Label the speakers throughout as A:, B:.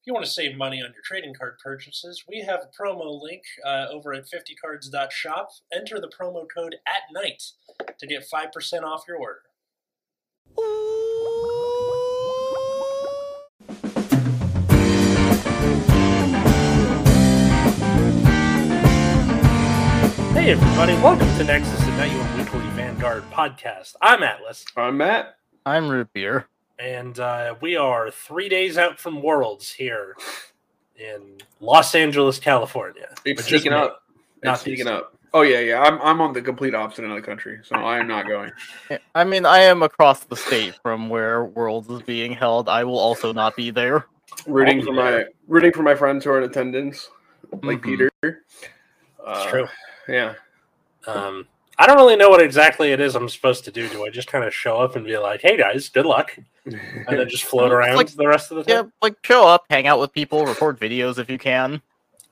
A: If you want to save money on your trading card purchases, we have a promo link uh, over at 50cards.shop. Enter the promo code at night to get 5% off your order. Hey, everybody, welcome to Nexus and Night, your weekly Vanguard podcast. I'm Atlas,
B: I'm Uh, Matt.
C: I'm root beer.
A: and uh, we are three days out from Worlds here in Los Angeles, California.
B: It's
A: But just
B: sneaking
A: me.
B: up.
A: Not
B: it's sneaking
A: these.
B: up. Oh yeah, yeah. I'm I'm on the complete opposite end of the country, so I am not going.
C: Eh, I mean, I am across the state from where Worlds is being held. I will also not be there.
B: Rooting for my rooting for my friends who are in attendance, like
C: Mhm.
B: Peter.
A: It's
B: Uh,
A: true.
B: Yeah.
A: Um, I don't really know what exactly it is I'm supposed to do. Do I just kind of show up and be like, "Hey guys, good luck," and then just float
C: It's
A: around
C: like-
A: the rest of the
C: Yeah,
A: time?
C: like show up, hang out with people, record videos if you can.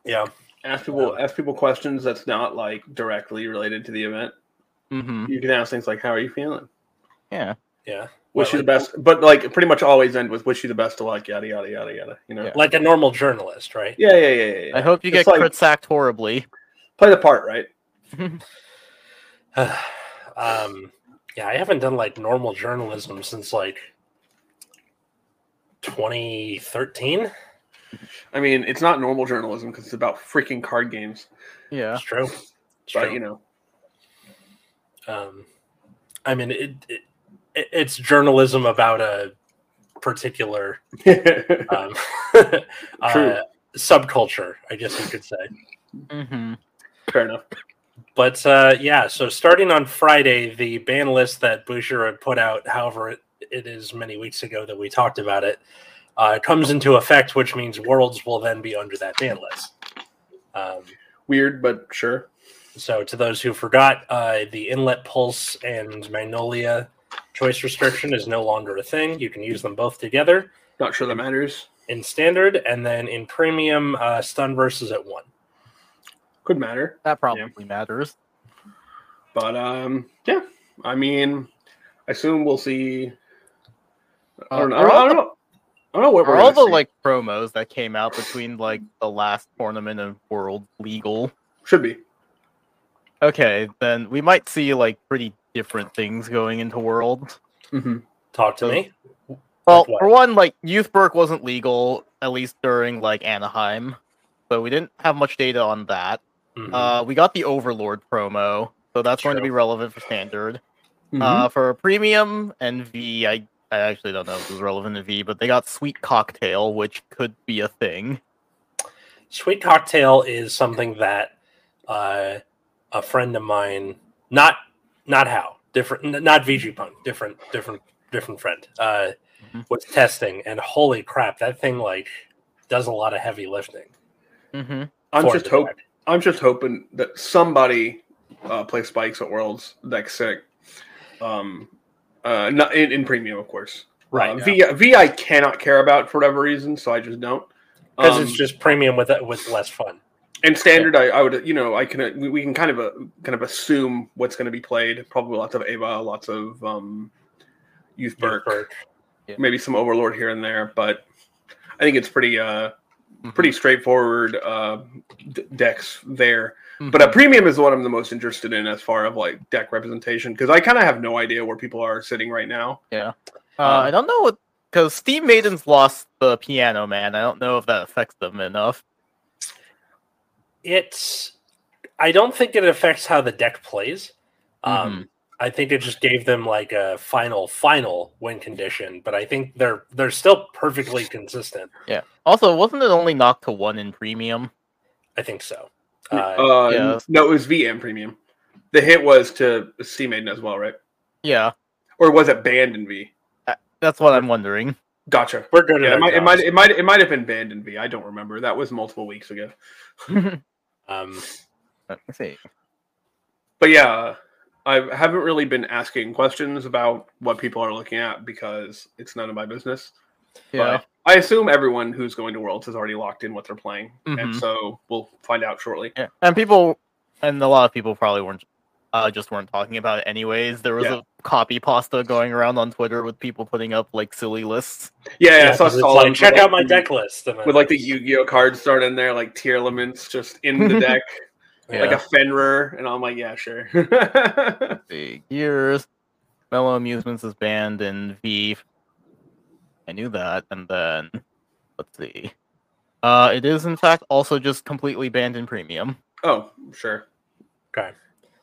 A: Yeah,
B: ask people ask people questions that's not like directly related to the event.
C: hmm
B: You can ask things like, "How are you feeling?
C: Yeah.
A: yeah.
B: Wish
A: Well,
B: you the best." But like, pretty much always end with "Wish you the best of luck." Yada yada yada yada. You know.
C: Yeah.
A: Like a normal journalist, right?
B: Yeah, yeah, yeah, yeah. yeah.
C: I hope you
B: It's
C: get
B: like-
C: crit sacked horribly.
B: Play the part, right?
A: um, yeah, I haven't done like normal journalism since like 2013.
B: I mean, it's not normal journalism because it's about freaking card games,
C: Yeah.
A: It's true. It's
B: but
A: true.
B: you know.
A: um, I mean, it, it, it it's journalism about a particular um,
B: True.
A: uh, subculture, I guess you could say.
C: hmm
B: Fair enough.
A: But uh, yeah, so starting on Friday, the ban list that Boucher had put out, however it, it is many weeks ago that we talked about it, uh, comes into effect, which means Worlds will then be under that ban list. Um,
B: Weird, but sure.
A: so to those who forgot, uh, the Inlet Pulse and Magnolia choice restriction is no longer a thing. You can use them both together
B: Not sure that matters.
A: in standard, and then in premium, uh, Stun versus at one.
B: Could matter.
C: That probably matters.
B: But um yeah. I mean I assume we'll see I don't know. I
C: Uh,
B: don't,
C: are all
B: I don't
C: the-
B: know. I don't know what
C: Are
B: we're
C: all
B: gonna
C: the
B: see.
C: like promos that came out between like the last tournament and World legal?
B: should be.
C: Okay, then we might see like pretty different things going into Worlds.
B: Mm-hmm.
A: Talk to
C: So-
A: me.
C: Well,
A: Like what?
C: for one, like youth Berk wasn't legal at least during like Anaheim, so we didn't have much data on that.
A: Mhm.
C: Uh, we got the Overlord promo, so that's going to
A: True. Mm-hmm.
C: be relevant for standard.
B: Mhm.
C: Uh, for premium and V, I I actually don't know if it was relevant to V, but they got Sweet Cocktail, which could be a thing.
A: Sweet cocktail is something that uh, a friend of mine, not not how different, n- not VG Punk, different, different, different friend, uh,
C: Mhm.
A: was testing, and holy crap, that thing like does a lot of heavy lifting.
C: Mm-hmm.
B: I'm
A: for
B: just
A: the
B: hope
A: deck.
B: I'm just hoping that somebody uh plays spikes at Worlds next sick. Um uh not in, in premium of course.
A: right?
B: Uh,
A: Because
B: V V I cannot care about for whatever reason, so I just don't. Um,
A: it's just premium with with less fun.
B: And standard, I, I would, you know, I can we, we can kind of uh, kind of assume what's going to be played. Probably lots of Ava, lots of um, Youth Burke,
A: Burke.
B: maybe some Overlord here and there. But I think it's pretty uh, pretty straightforward uh, d- decks there.
C: Mm-hmm.
B: But um, a premium is what I'm the most interested in as far of like deck representation because I kind of have no idea where people are sitting right now.
C: uh, I don't know what because Steam Maidens lost the Piano Man. I don't know if that affects them enough.
A: It's. I don't think it affects how the deck plays. Um,
B: Mm-hmm.
C: Mhm.
A: I think it just gave them like a final final win condition, but I think they're they're still perfectly consistent.
C: Also, wasn't it only knocked to one in premium?
A: I think so. Uh,
B: Uh,
C: yeah.
B: No, it was VM premium. The hit was to Sea Maiden as well, right?
C: Yeah,
B: Or was it banned in V?
C: that's what I'm wondering.
B: Gotcha.
A: we're good.
B: Yeah,
A: at
B: it might,
A: our
B: it might,
A: jobs.
B: it might, it might have been banned in V. I don't remember. That was multiple weeks ago.
A: Um,
C: Let me see.
B: But yeah, I haven't really been asking questions about what people are looking at because it's none of my business.
C: Yeah.
B: But I assume everyone who's going to Worlds has already locked in what they're playing, and
C: Mhm.
B: so we'll find out shortly.
C: yeah. And people, and a lot of people probably weren't, uh, just weren't talking about it anyways. There was
B: Yeah.
C: a copy pasta going around on Twitter with people putting up like silly lists.
B: Yeah, yeah, I saw
A: 'cause it's
B: Solomon
A: like, check
B: with,
A: out my
B: the-
A: deck list. And then
B: with like the
A: it's-
B: Yu-Gi-Oh cards thrown in there, like tier elements just in the deck,
C: Yeah.
B: like a Fenrir, and I'm like, yeah, sure. yeah,
C: Years. Mellow Amusements is banned in V. I knew that. And then, let's see. Uh, it is, in fact, also just completely banned in premium.
B: oh, sure.
A: Okay.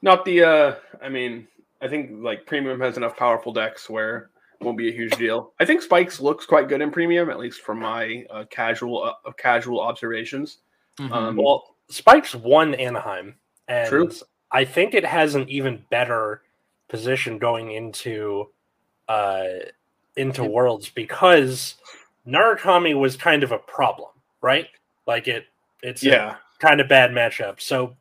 B: Not the. uh I mean, I think like premium has enough powerful decks where it won't be a huge deal. I think Spikes looks quite good in premium, at least from my uh, casual uh, casual observations. Um,
A: Mm-hmm. Well, Spikes won Anaheim, and
B: True.
A: I think it has an even better position going into uh, into
C: Yep.
A: Worlds because Narukami was kind of a problem, right? Like it, it's a
B: yeah,
A: kind of bad matchup. So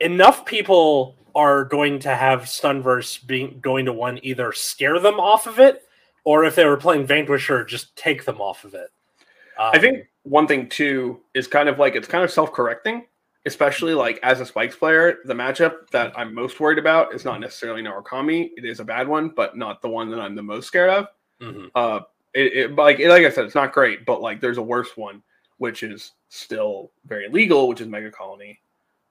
A: enough people are going to have Stunverse being going to one either scare them off of it, or if they were playing Vanquisher, just take them off of it.
B: I
A: Um,
B: think one thing too is kind of like it's kind of self-correcting,
A: Mm-hmm.
B: especially like as a Spikes player, the matchup that I'm most worried about is not necessarily Narukami. It is a bad one, but not the one that I'm the most scared of.
A: mhm.
B: Uh, it, it like it, like I said, it's not great, but like there's a worse one, which is still very legal, which is Mega Colony.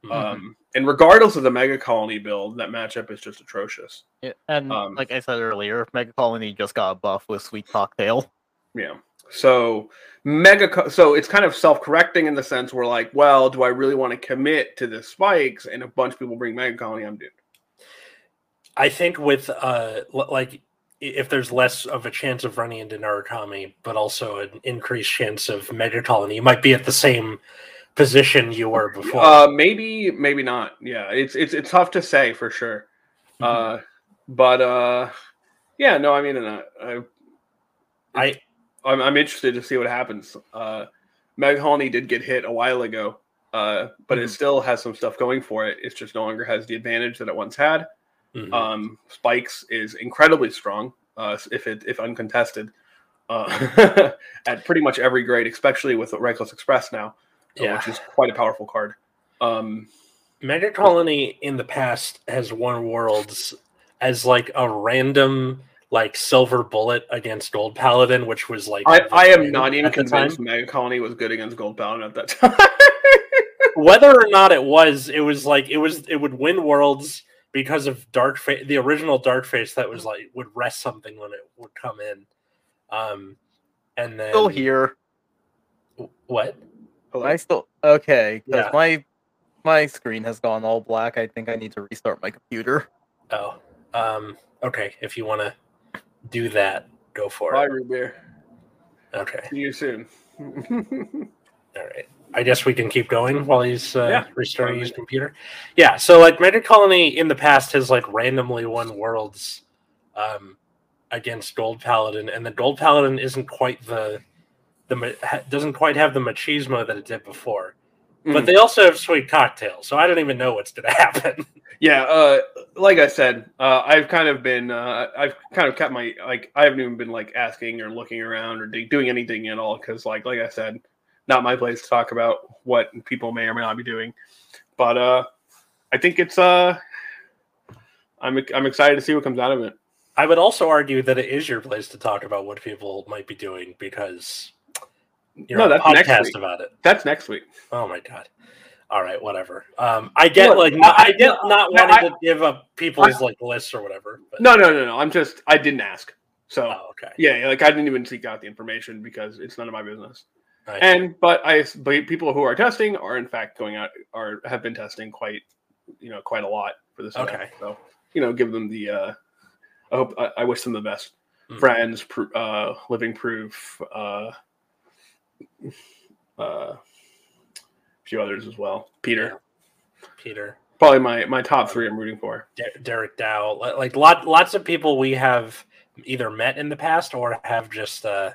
A: mm-hmm.
B: Um, and regardless of the Mega Colony build, that matchup is just atrocious.
C: Yeah, and
B: um,
C: like I said earlier, Mega Colony just got a buff with Sweet Cocktail.
B: Yeah. So mega. Co- so it's kind of self-correcting in the sense we're like, well, do I really want to commit to the spikes? And a bunch of people bring mega colony. I'm doomed.
A: I think with uh l- like i- if there's less of a chance of running into Narukami, but also an increased chance of Mega Colony, you might be at the same position you were before.
B: Uh, maybe, maybe not. Yeah, it's it's it's tough to say for sure.
A: Mm-hmm.
B: Uh, but uh, yeah, no, I mean, and I, I
A: I
B: I'm, I'm interested to see what happens. Uh, Meg Holney did get hit a while ago, uh, but it
A: Mhm.
B: still has some stuff going for it. It just no longer has the advantage that it once had.
A: mhm.
B: Um, Spikes is incredibly strong uh, if it if uncontested uh, at pretty much every grade, especially with Reckless Express now, uh,
A: yeah.
B: which is quite a powerful card. Um,
A: Mega Colony in the past has won worlds as like a random like silver bullet against Gold Paladin, which was like
B: I,
A: the
B: I am
A: thing
B: not even
A: at the
B: convinced
A: time.
B: Mega Colony was good against Gold Paladin at that time.
A: Whether or not it was, it was like it was it would win worlds because of Dark Face, the original Dark Face that was like would rest something when it would come in, um, and then
C: Still here.
A: What?
C: I still okay because
A: Yeah.
C: my my screen has gone all black. I think I need to restart my computer.
A: Oh, um, okay. If you want to do that, go for
B: Bye,
A: it.
B: Root Beer.
A: Okay.
B: See you soon.
A: All right. I guess we can keep going while he's uh,
B: Yeah,
A: restarting his
B: probably.
A: computer. Yeah. So like Magic Colony in the past has like randomly won worlds um, against Gold Paladin, and the Gold Paladin isn't quite the the ma- ha- doesn't quite have the machismo that it did before. But
B: Mhm.
A: they also have sweet cocktails, so I don't even know what's going to happen.
B: Yeah, uh, like I said, uh, I've kind of been, uh, I've kind of kept my like, I haven't even been like asking or looking around or d- doing anything at all because, like, like I said, not my place to talk about what people may or may not be doing. But uh, I think it's, uh, I'm I'm excited to see what comes out of it.
A: I would also argue that it is your place to talk about what people might be doing because you're
B: No,
A: on a
B: that's next
A: podcast
B: week.
A: about it.
B: That's next week.
A: Oh my god. All right, whatever. Um, I get
B: Look,
A: like not,
B: I-
A: I get not
B: no,
A: wanting
B: I-
A: to give up people's like lists or whatever. But,
B: No, no, no, no. I'm just, I didn't ask. So
A: Oh, okay.
B: yeah, yeah, like I didn't even seek out the information because it's none of my business.
A: I see.
B: and but I but people who are testing are in fact going out are have been testing quite you know quite a lot for this. event.
A: Okay.
B: so you know give them the uh, I hope I, I wish them the best.
A: Mhm.
B: Friends, pr- uh, living proof, uh, uh, a few others as well. Peter,
A: Yeah. Peter,
B: probably my my top three I'm rooting for.
A: Der- Derek Dow, li- like lot lots of people we have either met in the past or have just uh,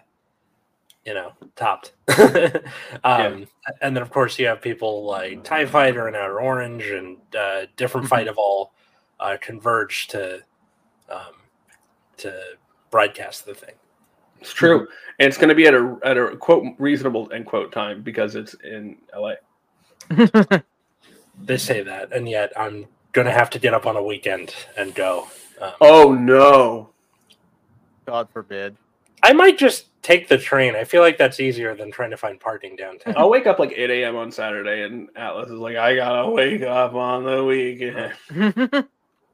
A: you know topped. um, And then of course you have people like Tie Fighter and Outer Orange and uh, different
B: Mm-hmm.
A: fight of all uh, converge to um, to broadcast the thing.
B: It's true, and it's going to be at a at a quote reasonable end quote time because it's in LA.
A: They say that, and yet I'm going to have to get up on a weekend and go. Um,
B: Oh no.
C: God forbid.
A: I might just take the train. I feel like that's easier than trying to find parking downtown.
B: I'll wake up like 8 a.m. on Saturday, and Atlas is like, I gotta wake up on the weekend.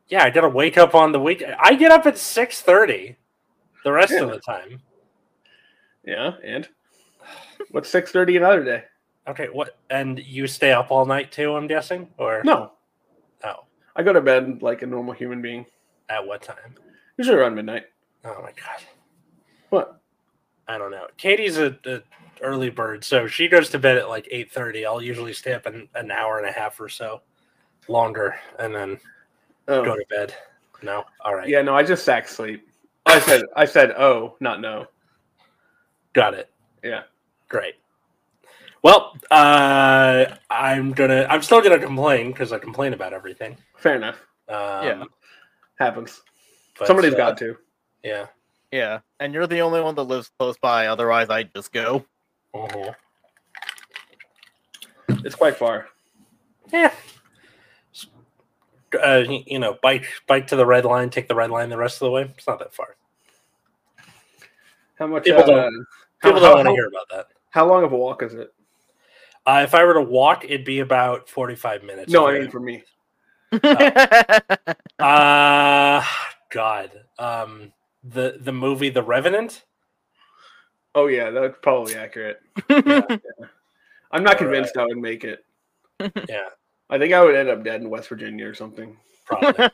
A: yeah, I gotta wake up on the week. I get up at six thirty. The rest of
B: Yeah.
A: the time.
B: Yeah, and what's 6:30 another day?
A: Okay, what? And you stay up all night too? I'm guessing, or
B: No,
A: Oh,
B: I go to bed like a normal human being,
A: at what time?
B: usually around midnight.
A: Oh my god,
B: What?
A: I don't know. Katie's a, a early bird, so she goes to bed at like eight thirty. I'll usually stay up an, an hour and a half or so longer, and then go
B: Oh,
A: to bed. No, all right,
B: yeah, no, I just sack sleep. I said, I said, oh, not no.
A: got it.
B: Yeah.
A: Great. Well, uh, I'm gonna. I'm still gonna complain because I complain about everything.
B: Fair enough.
A: Um,
C: Yeah.
B: Happens.
A: but,
B: Somebody's
A: uh,
B: got to.
A: Yeah.
C: yeah, and you're the only one that lives close by. Otherwise, I'd just go.
A: Mhm.
B: Mm-hmm. It's quite far.
A: Yeah. Eh. S- Uh, y- you know, bike bike to the red line, take the red line the rest of the way. It's not that far.
B: How much?
A: People
B: uh,
A: don't-
B: how-
A: People don't
B: how-
A: want to
B: how-
A: hear about that.
B: How long of a walk is it?
A: Uh, if I were to walk, it'd be about forty-five minutes.
B: No,
A: if
B: I
A: were
B: mean for me.
A: to- Uh, God. Um, the the movie The Revenant.
B: Oh yeah, that's probably accurate. I'm
A: All
B: not convinced I would make it.
A: Yeah,
B: I think I would end up dead in West Virginia or something.
A: probably.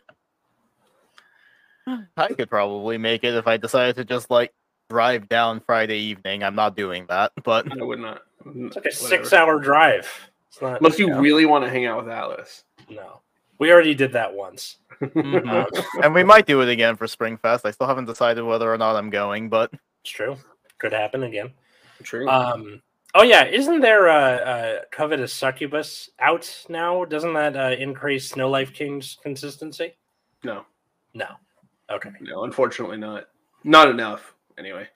C: I could probably make it if I decided to just like drive down Friday evening. I'm not doing that, but
B: I would not.
A: it's like a six-hour drive. It's not.
B: Unless you
C: Yeah.
B: really want to hang out with Atlas.
A: No, we already did that once.
C: Mhm.
B: Uh-huh.
A: Um,
C: and we might do it again for Springfest. I still haven't decided whether or not I'm going, but
A: it's true. Could happen again.
B: True.
A: Um, oh yeah, isn't there a, a covetous succubus out now? Doesn't that uh, increase Snow Life King's consistency?
B: no,
A: No. Okay.
B: no, unfortunately not. Not enough. Anyway,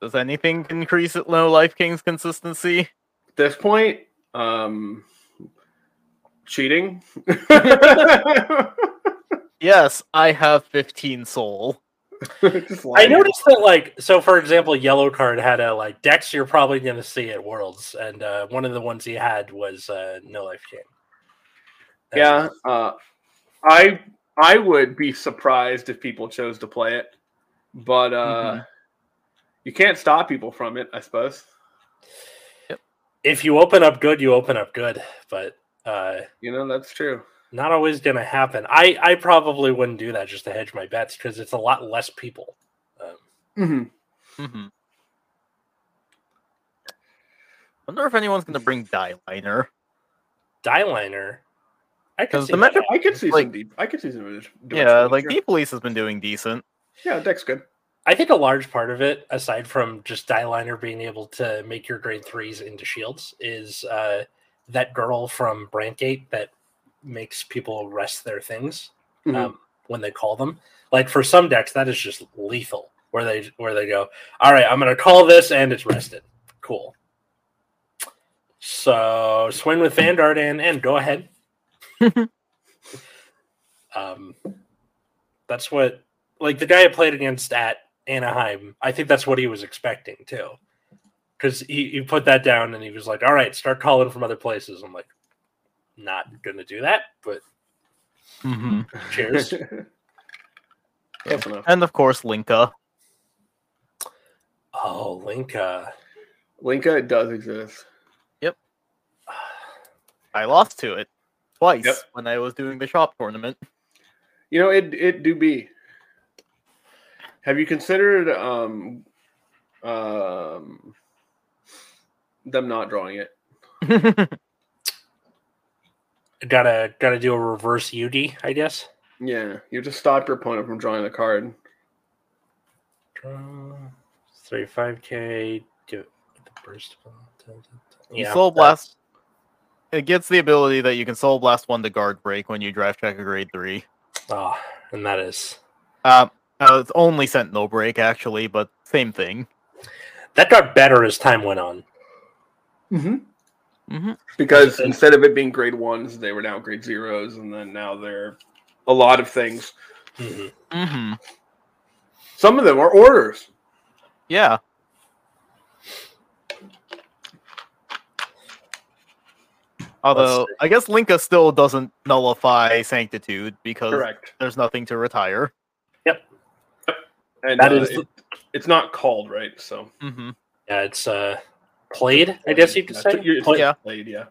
C: does anything increase at Low Life King's consistency?
B: at this point, um, cheating. Just
C: Yes, I have 15 soul.
A: I
B: lying.
A: noticed that, like, so for example, Yellow Card had a like Dex. You're probably going to see at Worlds, and uh, one of the ones he had was uh, No Life King. And-
B: Yeah, uh, I I would be surprised if people chose to play it, but uh, you can't stop people from it. I suppose
A: If you open up good, you open up good, but uh,
B: you know that's true.
A: not always going to happen. I I probably wouldn't do that just to hedge my bets because it's a lot less people. Um,
B: Mhm.
C: Mhm. Wonder if anyone's gonna bring die liner.
A: die liner. I could
C: Because
A: see
C: the
A: that
C: metro-
B: I could see
C: Like-
B: some deep. I could see some. Dimension,
C: Yeah, like
B: sure.
C: D Police has been doing decent.
B: yeah, deck's good.
A: I think a large part of it, aside from just die liner being able to make your grade threes into shields, is uh, that girl from Brantgate that makes people rest their things
B: Mhm.
A: um, when they call them. Like for some decks, that is just lethal. Where they where they go, all right, I'm gonna call this and it's rested. Cool. So swing with Vandart and and go ahead. um, that's what like the guy I played against at Anaheim. I think that's what he was expecting too, because he, he put that down and he was like, all right, start calling from other places. I'm like, not gonna do that, but
C: Mm-hmm.
A: cheers.
B: Close enough.
C: And of course Linka.
A: Oh, Linka.
B: Linka it does exist.
C: I lost to it twice
B: Yep.
C: when I was doing the shop tournament.
B: You know, it it do be. Have you considered um um them not drawing it?
A: Gotta gotta do a reverse UD, I guess.
B: Yeah, you just stop your opponent from drawing the card.
A: Draw three five K do it with the burst.
C: You
A: Yeah,
C: soul
A: that-
C: blast. It gets the ability that you can soul blast one to guard break when you drive check a grade three.
A: Ah, and that is
C: Uh, uh, it's only sentinel break actually, but same thing.
A: that got better as time went on.
B: Mm-hmm.
C: Mm-hmm.
B: Because instead of it being grade ones, they were now grade zeros, and then now they're a lot of things.
A: Mhm.
C: Mm-hmm.
B: Some of them are orders.
C: Yeah. Although
A: see.
C: I guess Linka still doesn't nullify Sanctitude because
B: Correct.
C: there's nothing to retire.
B: And
A: That
B: uh,
A: is-
B: it- it's not called right. So
C: Mm-hmm.
A: Yeah, it's uh, played. I guess you could
B: That's
A: say.
B: what you're- it's
A: Played.
C: Yeah.
B: played, yeah.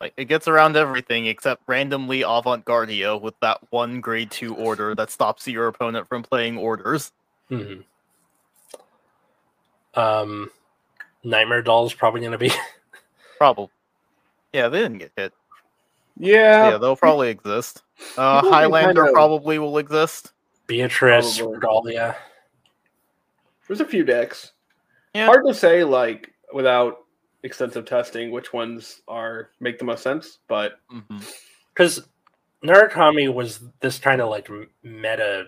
C: Like it gets around everything except randomly avant-gardia with that one grade two order that stops your opponent from playing orders.
A: Mhm. Um, Nightmare Doll's probably going to be.
C: Probably. Yeah, they didn't get hit.
B: Yeah.
C: yeah, they'll probably exist. Uh,
B: Uh, people can
C: Highlander
B: kind of-
C: probably will exist.
A: Beatrice,
B: Probably.
A: Regalia.
B: There's a few decks.
C: Yeah.
B: Hard to say, like without extensive testing, which ones are make the most sense. But
C: Mm-hmm.
A: Because Narukami was this kind of like m- meta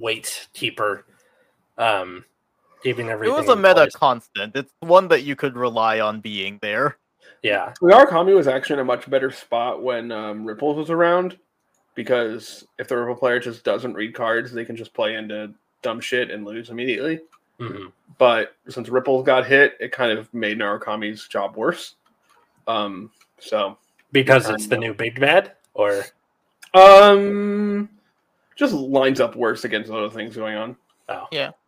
A: weight keeper, um, keeping
C: It
A: everything.
C: was a
A: in
C: meta
A: place.
C: constant. It's one that you could rely on being there.
A: Yeah.
B: The Arakami was actually in a much better spot when um, Ripples was around because if the Ripple player just doesn't read cards, they can just play into dumb shit and lose immediately.
A: hmm
B: But since Ripples got hit, it kind of made Narukami's job worse. Um, so,
A: Because it's the new big bad, or
B: um, just lines up worse against other things going on.
A: oh,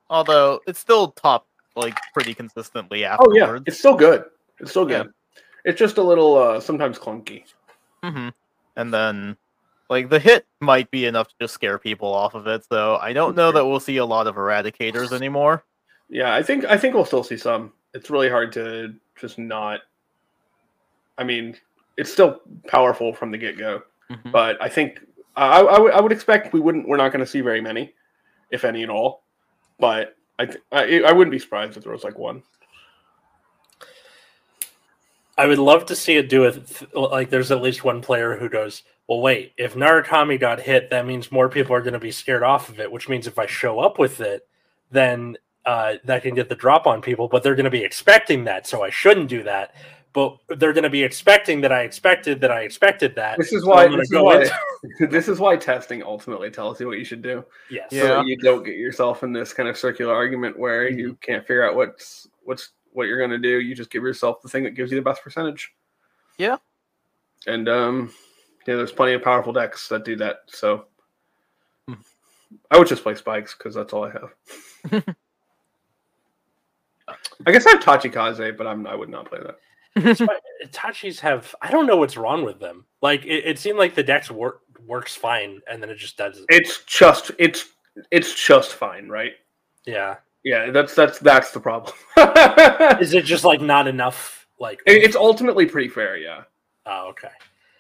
C: Although it's still top like pretty consistently
B: Oh yeah,
C: afterwards.
B: it's still good. It's still
C: Yeah.
B: good. It's just a little uh, sometimes clunky.
C: hmm And then like the hit might be enough to just scare people off of it. So I don't know that we'll see a lot of eradicators anymore.
B: Yeah, I think I think we'll still see some. It's really hard to just not. I mean, it's still powerful from the get go,
C: Mhm.
B: but I think I, I, would- I would expect we wouldn't. We're not going to see very many, if any at all. But I th- I, I wouldn't be surprised if there was like one.
A: I would love to see it do it. Like, there's at least one player who goes, "Well, wait, if Narukami got hit, that means more people are going to be scared off of it. Which means if I show up with it, then uh, that can get the drop on people. But they're going to be expecting that, so I shouldn't do that. But they're going to be expecting that I expected that I expected that.
B: This is
A: so
B: why
A: I'm gonna
B: this is
A: go
B: why,
A: into-
B: this is why testing ultimately tells you what you should do.
A: yes,
B: So
C: Yeah. Mm-hmm.
B: that you don't get yourself in this kind of circular argument where you can't figure out what's what's what you're going to do. You just give yourself the thing that gives you the best percentage.
C: Yeah.
B: And um, yeah, there's plenty of powerful decks that do that. So
C: Hmm.
B: I would just play spikes because that's all I have. I guess I have Tachikaze, but I'm I would not play that.
A: Tachis have. I don't know what's wrong with them. Like, it, it seemed like the dex wor- works fine, and then it just doesn't.
B: It's just it's it's just fine, right?
A: yeah,
B: Yeah, that's that's that's the problem.
A: is it just like not enough? Like,
B: It- It's ultimately pretty fair, yeah.
A: Oh, okay.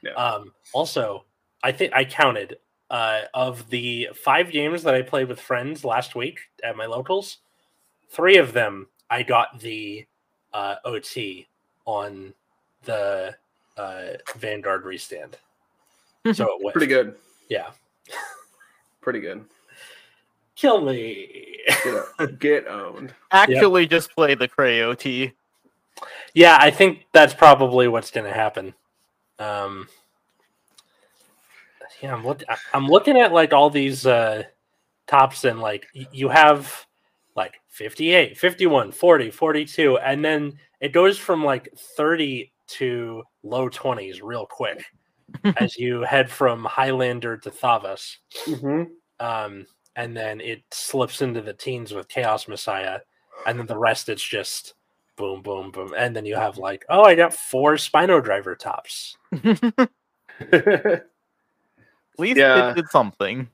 B: Yeah.
A: Um, also, I think I counted uh, of the five games that I played with friends last week at my locals. Three of them I got the uh, OT on the uh, Vanguard restand. So it was
B: Pretty good.
A: Yeah,
B: Pretty good.
A: kill me.
B: Get, o- get owned.
C: Actually just play the Crayot.
A: yeah, I think that's probably what's going to happen. Um, yeah, I'm, look- I- I'm looking at like all these uh, tops, and like y- you have like 58, 51, 40, 42, and then it goes from like 30 to low 20s real quick as you head from Highlander to Thavas
C: Mm-hmm.
A: um, and then it slips into the teens with Chaos Messiah, and then the rest it's just boom, boom, boom, and then you have like, oh, I got four Spino Driver tops.
C: At least
B: Yeah.
C: it did something.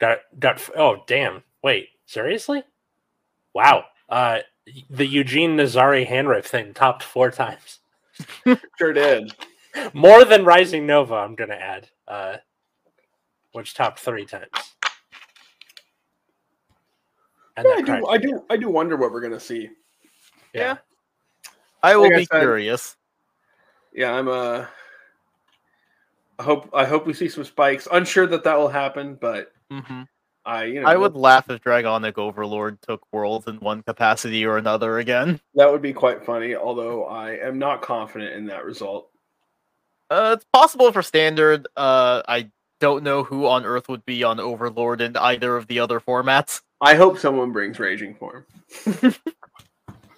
A: Got got f- oh damn, wait, seriously? Wow, uh, the Eugene Nazari hand rip thing topped four times,
B: sure did.
A: more than Rising Nova. I'm gonna add, uh, which topped three times. And
B: I
A: that
B: do,
A: crack-
B: I do. I do wonder what we're gonna see.
A: yeah.
C: I will
B: Like I
C: be
B: said-
C: curious.
B: Yeah, I'm. Uh, I hope. I hope we see some spikes. Unsure that that will happen, but
C: hmm
B: mm-hmm. I. You know,
C: I would laugh if Dragonic Overlord took worlds in one capacity or another again.
B: That would be quite funny. Although I am not confident in that result.
C: Uh, it's possible for standard. Uh, I don't know who on earth would be on Overlord in either of the other formats.
B: I hope someone brings Raging Form.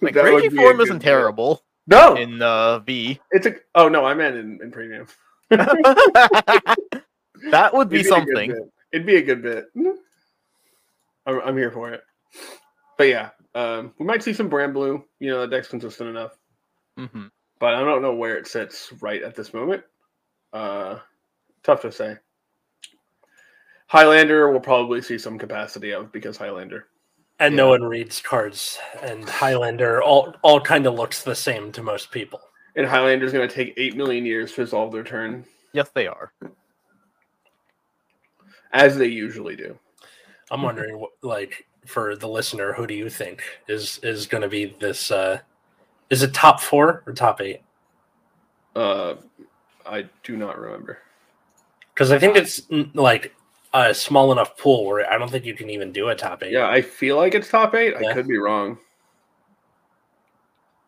C: Like
B: That would
C: Raging
B: be a
C: Form
B: good Oh.
C: isn't
B: one.
C: terrible
B: No,
C: in uh, V.
B: it's a. Oh no, I meant in, in premium.
C: that would be
B: It'd a good
C: something.
B: bit. It'd be a good bit. Mm-hmm. I'm, I'm here for it. But yeah, um, we might see some brand blue. You know, the deck's consistent enough,
C: hmm
B: but I don't know where it sits right at this moment. Uh, tough to say. Highlander will probably see some capacity of because Highlander.
A: and no
B: Yeah.
A: one reads cards. And Highlander all all kind of looks the same to most people.
B: And Highlander's going to take 8 million years to resolve their turn,
C: Yes, they are.
B: as they usually do. Mm-hmm.
A: I'm wondering, what, like, for the listener, who do you think is is going to be this? uh Is it top four or top eight?
B: Uh, I do not remember.
A: Because I think it's n- like a small enough pool where I don't think you can even do a top eight.
B: Yeah, I feel like it's top eight. I
A: Yeah.
B: could be wrong,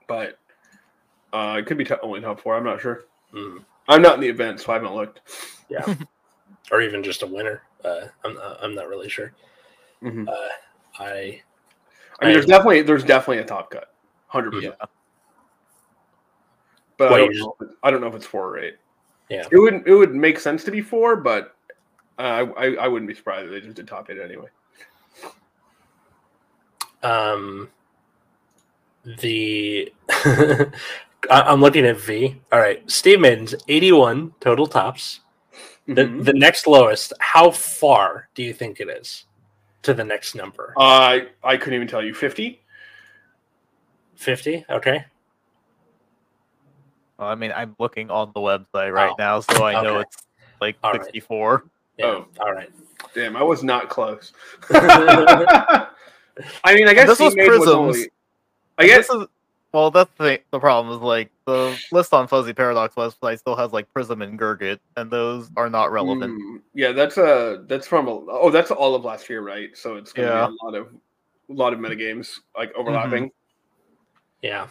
B: but uh, it could be to- only top four. I'm not sure.
A: Mm.
B: I'm not in the event, so I haven't looked.
A: or even just a winner. Uh, I'm I'm not really sure.
B: Mhm.
A: Uh, I
B: I mean,
A: I-
B: there's definitely there's definitely a top cut, hundred percent. But I
A: Well,
B: don't,
A: you-
B: know if it- I don't know if it's four or eight.
A: Yeah.
B: it would it would make sense to be four, but uh, I I wouldn't be surprised if they just did top eight anyway.
A: um the I- I'm looking at V. All right, Steve Maiden's 81 total tops. The
B: Mhm.
A: the next lowest. How far do you think it is to the next number?
B: Uh, I I couldn't even tell you fifty.
A: 50. Okay.
C: Well, I mean, I'm looking on the website right
A: Oh,
C: now, so I know
A: okay.
C: it's like
A: All right.
C: 64.
A: Yeah.
B: Oh.
A: All right.
B: Damn, I was not close. I mean, I guess
C: This was
B: Seamaid
C: Prism's.
B: only- I guess
C: This is well. That's the thing- the problem is like the list on Fuzzy Paradox website still has like Prism and Gurgit, and those are not relevant.
B: Mm, yeah, that's uh that's from a, oh that's all of last year, right? So it's gonna
C: Yeah.
B: be a
C: Mm-hmm.
B: lot of a lot of metagames like overlapping.
A: Yeah.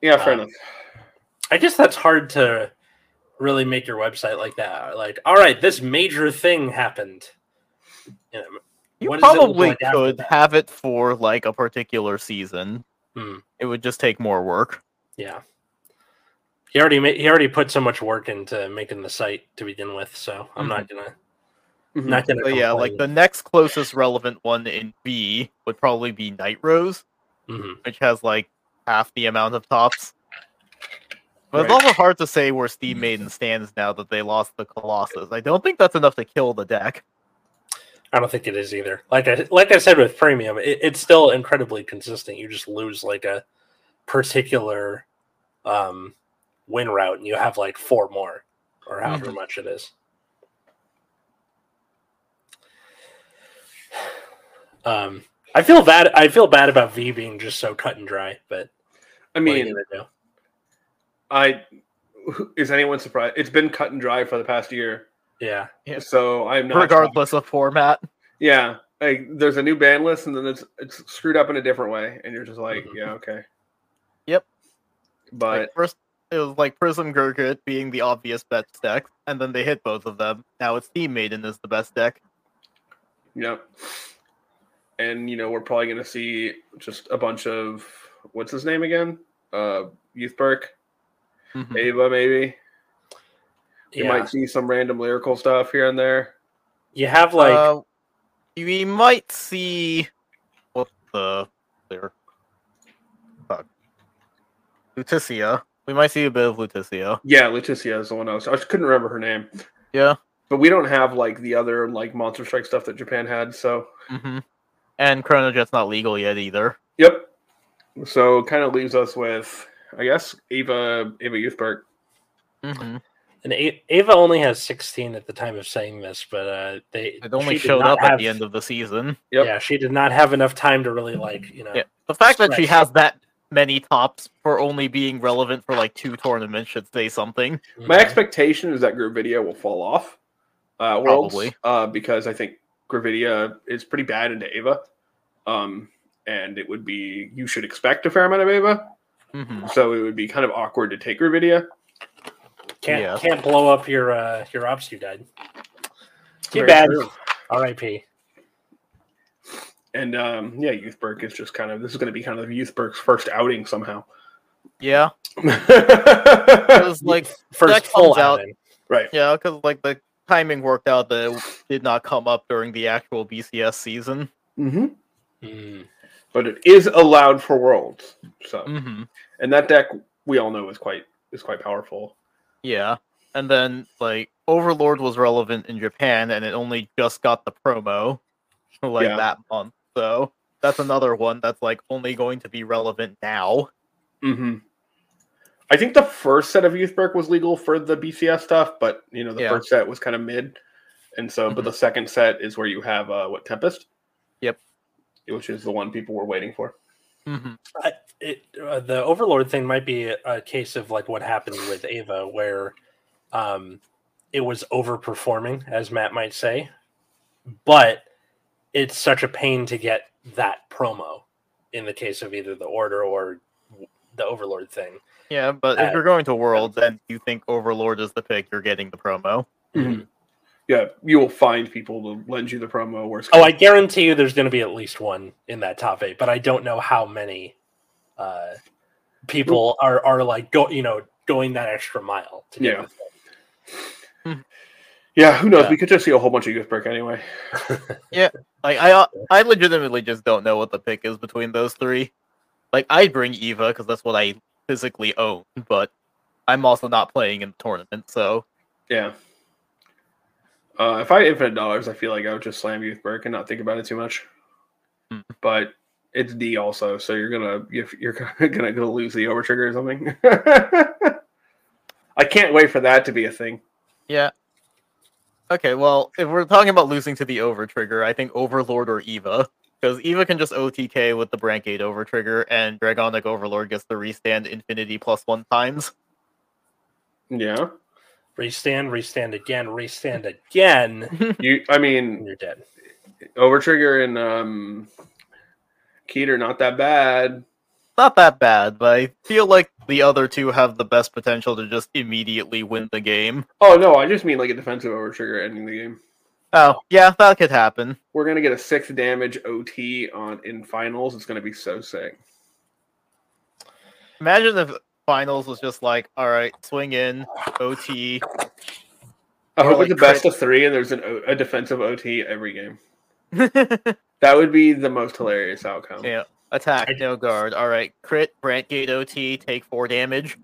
B: Yeah,
C: Uh,
B: fair
A: Um,
B: enough.
A: I guess that's hard to really make your website like that. Like, all right, this major thing happened. You know,
C: You
A: what does it look
C: probably
A: like after
C: could
A: that?
C: have it for like a particular season.
A: Hmm.
C: It would just take more work.
A: Yeah. He already ma- he already put so much work into making the site to begin with, so I'm not gonna
B: Mhm.
A: not gonna.
C: Mm-hmm. But yeah, like the next closest relevant one in B would probably be Night Rose,
A: Mhm.
C: which has like half the amount of tops. But it's
B: Right. Mm.
C: also hard to say where Steam Maiden stands now that they lost the Colossus. I don't think that's enough to kill the deck.
A: I don't think it is either. Like I like I said with premium, it, it's still incredibly consistent. You just lose like a particular um win route, and you have like four more or however
C: Mhm.
A: much it is. Um, I feel bad. I feel bad about V being just so cut and dry, but
B: I
A: what are you
B: mean,
A: gonna do?
B: I is anyone surprised? It's been cut and dry for the past year,
A: yeah.
C: Yeah.
B: so I'm not.
C: regardless of format.
B: yeah, like there's a new ban list, and then it's it's screwed up in a different way, and you're just like,
A: Mhm.
B: yeah, okay.
C: Mm-hmm. Yep.
B: But
C: like first, it was like Prism Gurgit being the obvious best deck, and then they hit both of them. Now it's Steam Maiden is the best deck.
B: Yep. And you know, we're probably gonna see just a bunch of what's his name again? Uh Youth Perk,
C: Hmm.
B: Ava maybe. You
A: yeah.
B: might see some random lyrical stuff here and there.
A: You have like
C: Uh, we might see what the there. Fuck. Lutetia. We might see a bit of Lutetia.
B: Yeah, Leticia is the one I was I just couldn't remember her name.
C: Yeah.
B: But we don't have like the other like Monster Strike stuff that Japan had, so
C: Mm-hmm. And Chrono Jet's not legal yet either.
B: yep. So kind of leaves us with I guess Ava Ava Youth Perk.
C: Mm-hmm.
A: and A- Ava only has 16 at the time of saying this, but uh, they
C: It only
A: she did
C: showed
A: not
C: up at
A: have-
C: the end of the season.
B: Yep.
A: Yeah, she did not have enough time to really like you know.
C: Yeah. The fact that she
A: Stretch.
C: has that many tops for only being relevant for like two tournaments should say something.
A: Mm-hmm.
B: My expectation is that Gravidia will fall off uh, Worlds
C: Probably.
B: uh, because I think Gravidia is pretty bad into Ava, um, and it would be you
C: Mm-hmm.
B: should expect a fair amount of Ava, so it would be kind of awkward to take Gravidia.
A: Can't
C: Yeah.
A: can't blow up your uh your ops you died. Too
B: Very
A: bad.
B: true.
A: R.I.P.
B: And um, yeah, Youth Burke is just kind of this is going to be kind of Youth Burke's first outing somehow.
C: Yeah,
B: right.
C: because like
A: First
C: That
A: full
C: comes out-
A: outing.
C: yeah, because like the timing worked out that it did not come up during the actual BCS season.
B: hmm
A: Mm.
B: But it is allowed for Worlds. So
C: hmm
B: and that deck we all know is quite is quite powerful.
C: Yeah, and then like Overlord was relevant in Japan, and it only just got the promo like
B: Yeah.
C: that month. So that's another one that's like only going to be relevant now.
B: hmm I think the first set of Youth Burke was legal for the BCS stuff, but you know the
C: Yeah. Mm-hmm.
B: first set was kind of mid, and so but the second set is where you have uh, what Tempest.
C: Yep.
B: Which is the one people were waiting for.
C: Mm-hmm.
A: It, uh, the Overlord thing might be a- a case of like what happened with Ava, where um, it was overperforming, as Matt might say, but it's such a pain to get that promo. In the case of either the Order or the Overlord thing,
C: Yeah, but
A: Uh,
C: if you're going to Worlds and you think Overlord is the pick, you're getting the promo. Mm-hmm.
B: Mhm. Yeah, you will find people to lend you the promo. Worst
A: Oh, I guarantee you there's going to be at least one in that top eight, but I don't know how many uh, people are, are like go you know going that extra mile to get
B: Yeah.
A: this thing.
B: Yeah, who knows?
C: Yeah.
B: We could just see a whole bunch of youth brick anyway.
C: Like I, uh, I legitimately just don't know what the pick is between those three. Like I'd bring Eva because that's what I physically own, but I'm also not playing in the tournament, so
B: Yeah. Uh, if I had infinite dollars, I feel like I would just slam youth brick and not think about it too much.
C: Hmm.
B: But it's D also, so you're gonna you're, you're gonna gonna go lose the over trigger or something. I can't wait for that to be a thing.
C: yeah. Okay, well, if we're talking about losing to the over trigger, I think Overlord or Eva. Because Eva can just OTK with the Brancade over trigger, and Dragonic Overlord gets the restand infinity plus one times.
B: Yeah,
A: Restand, restand again, restand again,
B: you. I
A: and
B: mean,
A: you're dead.
B: over trigger and um, Keter not that bad.
C: Not that bad, but I feel like the other two have the best potential to just immediately win the game.
B: Oh no, I just mean like a defensive over trigger ending the game.
C: Oh, yeah, that could happen.
B: We're gonna get a six damage OT on in finals. It's gonna be so sick.
C: Imagine if finals was just like, all right, swing in, OT.
B: I
C: Or,
B: hope it's
C: like,
B: the best of three, and there's an o- a defensive OT every game. That would be the most hilarious outcome.
C: yeah, attack, no guard. All right, crit, Brant Gate OT, take four damage.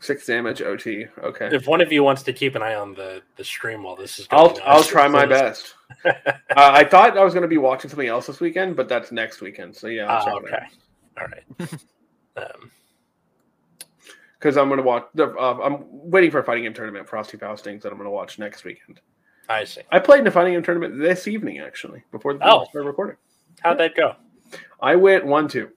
B: Six damage OT. Okay,
A: If one of you wants to keep an eye on the the stream while this is going
B: I'll
A: on,
B: I'll try my
A: so this-
B: best. uh, I thought I was gonna be watching something else this weekend, but that's next weekend. So yeah,
A: Ah,
B: I'll check
A: okay, all right. Um,
B: Because I'm gonna watch. the- Uh, I'm waiting for a fighting game tournament, Frosty Faustings, that I'm gonna watch next weekend.
A: I see.
B: I played in a fighting game tournament this evening actually before the
A: Oh.
B: started recording.
A: How'd that go?
B: I went one two.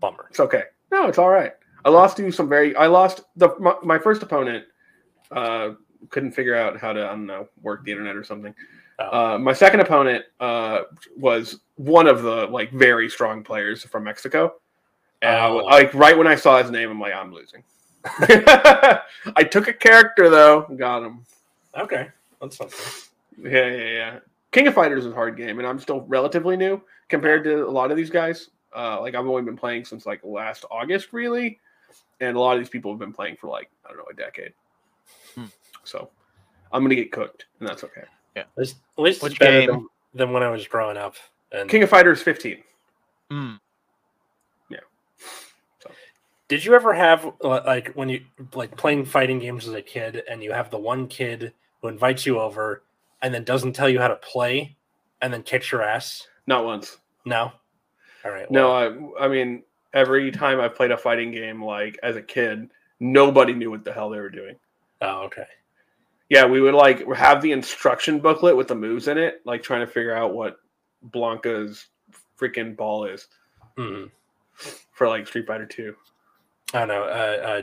A: Bummer.
B: It's okay. No, it's all right. I lost to some very. I lost the my, my first opponent. Uh, couldn't figure out how to I don't know work the internet or something.
A: Oh,
B: Uh, my second opponent uh, was one of the like very strong players from Mexico, and I was,
A: Oh.
B: like right when I saw his name, I'm like I'm losing. I took a character though, got him.
A: okay, that's something.
B: Yeah, yeah, yeah. King of Fighters is a hard game, and I'm still relatively new compared to a lot of these guys. Uh, like I've only been playing since like last August, really, and a lot of these people have been playing for like I don't know a decade.
C: Hmm.
B: So I'm gonna get cooked, and that's okay.
A: At least, at least it's
C: Which
A: better
C: game?
A: than, than when I was growing up. And
B: King of Fighters 15.
C: Hmm.
A: Did you ever have li- like when you like playing fighting games as a kid and you have the one kid who invites you over and then doesn't tell you how to play and then kicks your ass?
B: Not once.
A: No. All right.
B: No,
A: well,
B: I I mean every time I played a fighting game like as a kid, nobody knew what the hell they were doing.
A: oh, okay.
B: Yeah, we would like have the instruction booklet with the moves in it, like trying to figure out what Blanca's freaking ball is
A: Mhm.
B: for like Street Fighter 2.
A: I don't know. Uh, uh,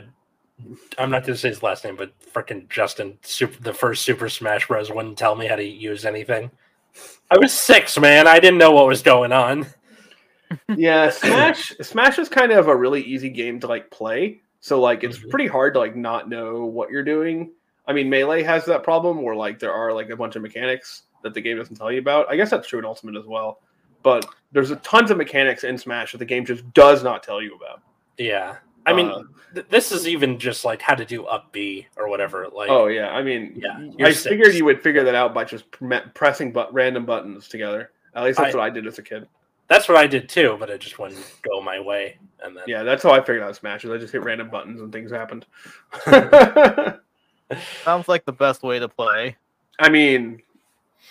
A: I'm not going to say his last name, but frickin' Justin, super, the first Super Smash Bros. wouldn't tell me how to use anything. I was six, man. I didn't know what was going on.
B: Yeah, Smash Smash is kind of a really easy game to like play So like it's pretty hard to like not know what you're doing. I mean, melee has that problem where like there are like a bunch of mechanics that the game doesn't tell you about. I guess that's true in Ultimate as well. But there's a tons of mechanics in Smash that the game just does not tell you about.
A: Yeah. I mean,
B: Uh,
A: th- this is even just like how to do up B or whatever. Like,
B: oh yeah, I mean,
A: yeah,
B: I
A: you're six.
B: figured you would figure that out by just pre- pressing but- random buttons together. At least that's
A: I-
B: what I did as a kid.
A: That's what I did too, but it just wouldn't go my way. And then,
B: Yeah, that's how I figured out Smash. Is I just hit random buttons and things happened. I
C: Sounds like the best way to play.
B: mean,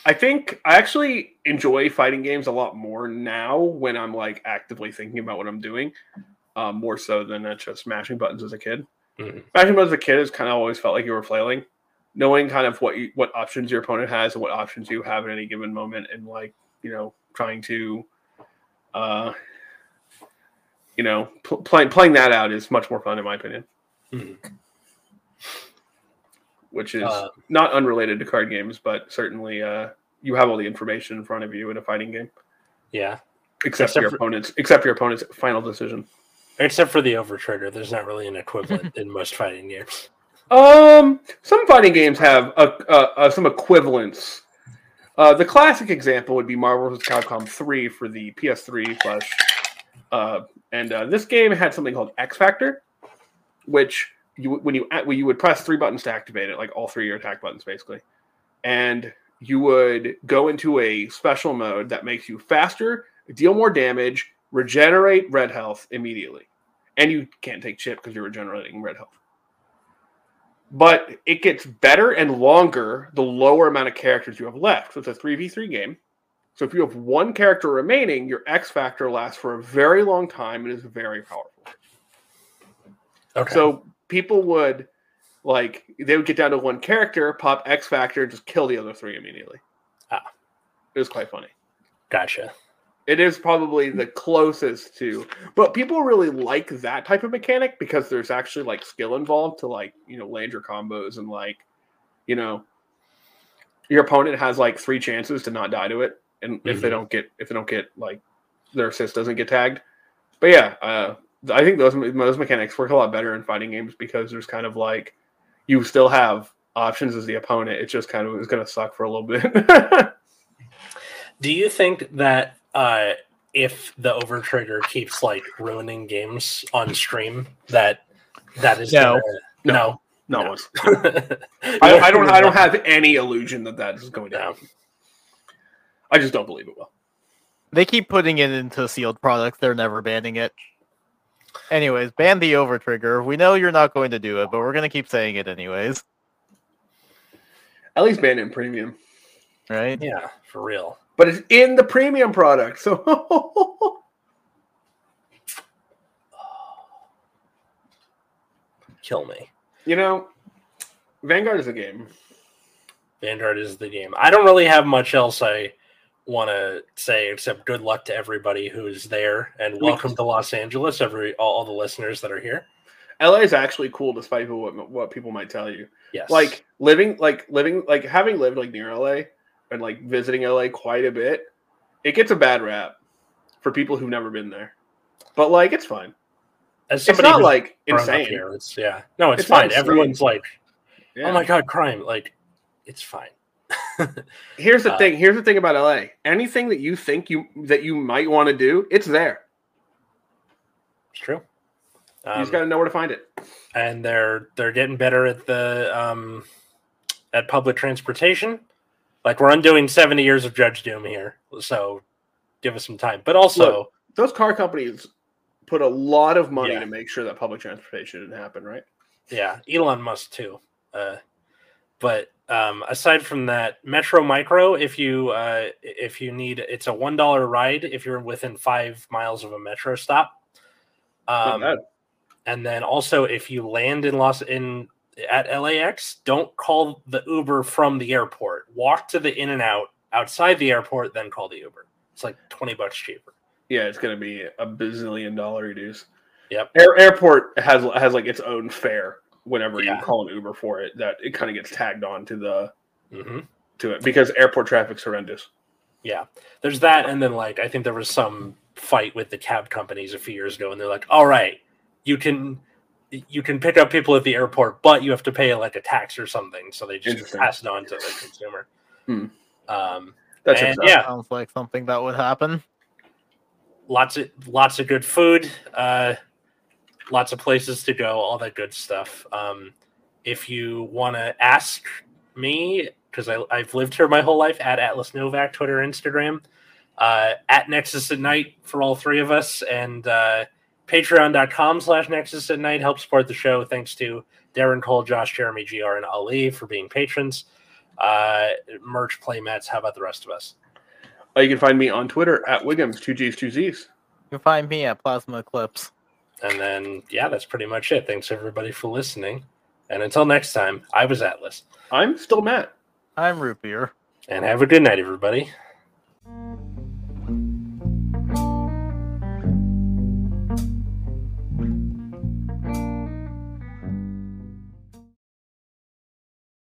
B: I think I actually enjoy fighting games a lot more now when I'm like actively thinking about what I'm doing, um, more so than at just smashing buttons as a kid.
A: Mhm.
B: Smashing buttons as a kid has kind of always felt like you were flailing, knowing kind of what you, what options your opponent has and what options you have at any given moment, and like you know trying to. Uh, you know, pl- play, playing that out is much more fun, in my opinion.
A: Mhm.
B: Which is
A: Uh,
B: not unrelated to card games, but certainly uh, you have all the information in front of you in a fighting game,
A: yeah.
B: except, for your
A: Except for-
B: opponent's except for your opponent's final decision.
A: Except for the overtrader, there's not really an equivalent in most fighting games.
B: Um, some fighting games have a, uh, uh, some equivalents. Uh, the classic example would be Marvel vs. Capcom 3 for the PS3 slash. Uh, and uh, this game had something called X Factor, which you would- when you act- when you would press three buttons to activate it, like all three of your attack buttons basically, and you would go into a special mode that makes you faster, deal more damage, regenerate red health immediately, and you can't take chip because you're regenerating red health but it gets better and longer the lower amount of characters you have left. So it's a 3v3 game. So if you have one character remaining, your X factor lasts for a very long time and is very powerful.
A: Okay.
B: So people would like they would get down to one character, pop X factor, and just kill the other three immediately.
A: Ah.
B: It was quite funny.
A: gotcha.
B: It is probably the closest to, but people really like that type of mechanic because there's actually like skill involved to like you know land your combos and like you know your opponent has like three chances to not die to it, and if they
A: Mhm.
B: don't get if they don't get like their assist doesn't get tagged, but yeah, uh, I think those those mechanics work a lot better in fighting games because there's kind of like you still have options as the opponent. It's just kind of it's gonna suck for a little bit.
A: Do you think that uh, if the overtrader keeps like ruining games on stream, that that is
C: No.
A: gonna-
B: No.
A: no.
B: no
A: No.
B: one's I, I don't. I don't have any illusion that that is going to
A: No.
B: happen. I just don't believe it will.
C: They keep putting it into sealed products. They're never banning it. Anyways, ban the over trigger. We know you're not going to do it, but we're gonna keep saying it anyways,
B: At least ban it in premium,
C: right?
A: Yeah, for real.
B: but it's in the premium product. So
A: Kill me.
B: you know, Vanguard is a game.
A: Vanguard is the game. I don't really have much else I want to say except good luck to everybody who's there and welcome to Los Angeles, every all, all the listeners that are here.
B: LA is actually cool, despite what what people might tell you.
A: Yes,
B: Like living, like living, like having lived like near LA and like visiting LA quite a bit, it gets a bad rap for people who've never been there. But like, it's fine.
A: as
B: It's
A: somebody
B: not
A: who's
B: like
A: grown up
B: insane.
A: Here, it's yeah, no, it's,
B: It's not
A: fine.
B: insane.
A: Everyone's like,
B: Yeah.
A: oh my god, crime. Like, it's fine.
B: Here's the
A: Uh,
B: thing. Here's the thing about LA. Anything that you think you that you might want to do, it's there.
A: It's true.
B: You
A: Um,
B: just got to know where to find it.
A: and they're they're getting better at the um, at public transportation. Like we're undoing seventy years of Judge Doom here, so give us some time. But also.
B: Look, Those car companies put a lot of money
A: Yeah.
B: to make sure that public transportation didn't happen, right?
A: Yeah, Elon Musk too. Uh, but um, aside from that, Metro Micro, if you uh, if you need, it's a one dollar ride if you're within five miles of a metro stop.
B: Not
A: Um,
B: bad.
A: and then also, if you land in Los in at LAX, don't call the Uber from the airport. Walk to the In and Out outside the airport, then call the Uber. It's like twenty bucks cheaper.
B: Yeah, it's going to be a bazillion dollar reduce.
A: Yep.
B: Air, airport has has like its own fare whenever
A: Yeah.
B: you call an Uber for it that it kind of gets tagged on to the
A: hmm
B: to it because airport traffic's horrendous.
A: Yeah, there's that, and then like I think there was some fight with the cab companies a few years ago, and they're like, "All right, you can you can pick up people at the airport, but you have to pay like a tax or something. So they just
B: Interesting.
A: pass it on to the consumer.
B: Hmm.
A: Um,
B: That's
A: And-
B: exciting.
A: yeah.
C: Sounds like something that would happen.
A: lots of lots of good food, uh, lots of places to go, all that good stuff. Um, if you want to ask me, because I've lived here my whole life, at Atlas Novak, Twitter, Instagram, uh, at Nexus at Night for all three of us, and uh, patreon.com slash Nexus at Night help support the show. Thanks to Darren Cole, Josh, Jeremy, GR, and Ali for being patrons. Uh, merch, playmats, how about the rest of us?
B: Uh, you can find me on Twitter at Wiggums, two G's, two Z's.
C: You can find me at Plasma Eclipse.
A: And then, yeah, that's pretty much it. Thanks everybody for listening. And until next time, I was Atlas.
B: I'm still Matt.
C: I'm root beer.
A: And have a good night, everybody.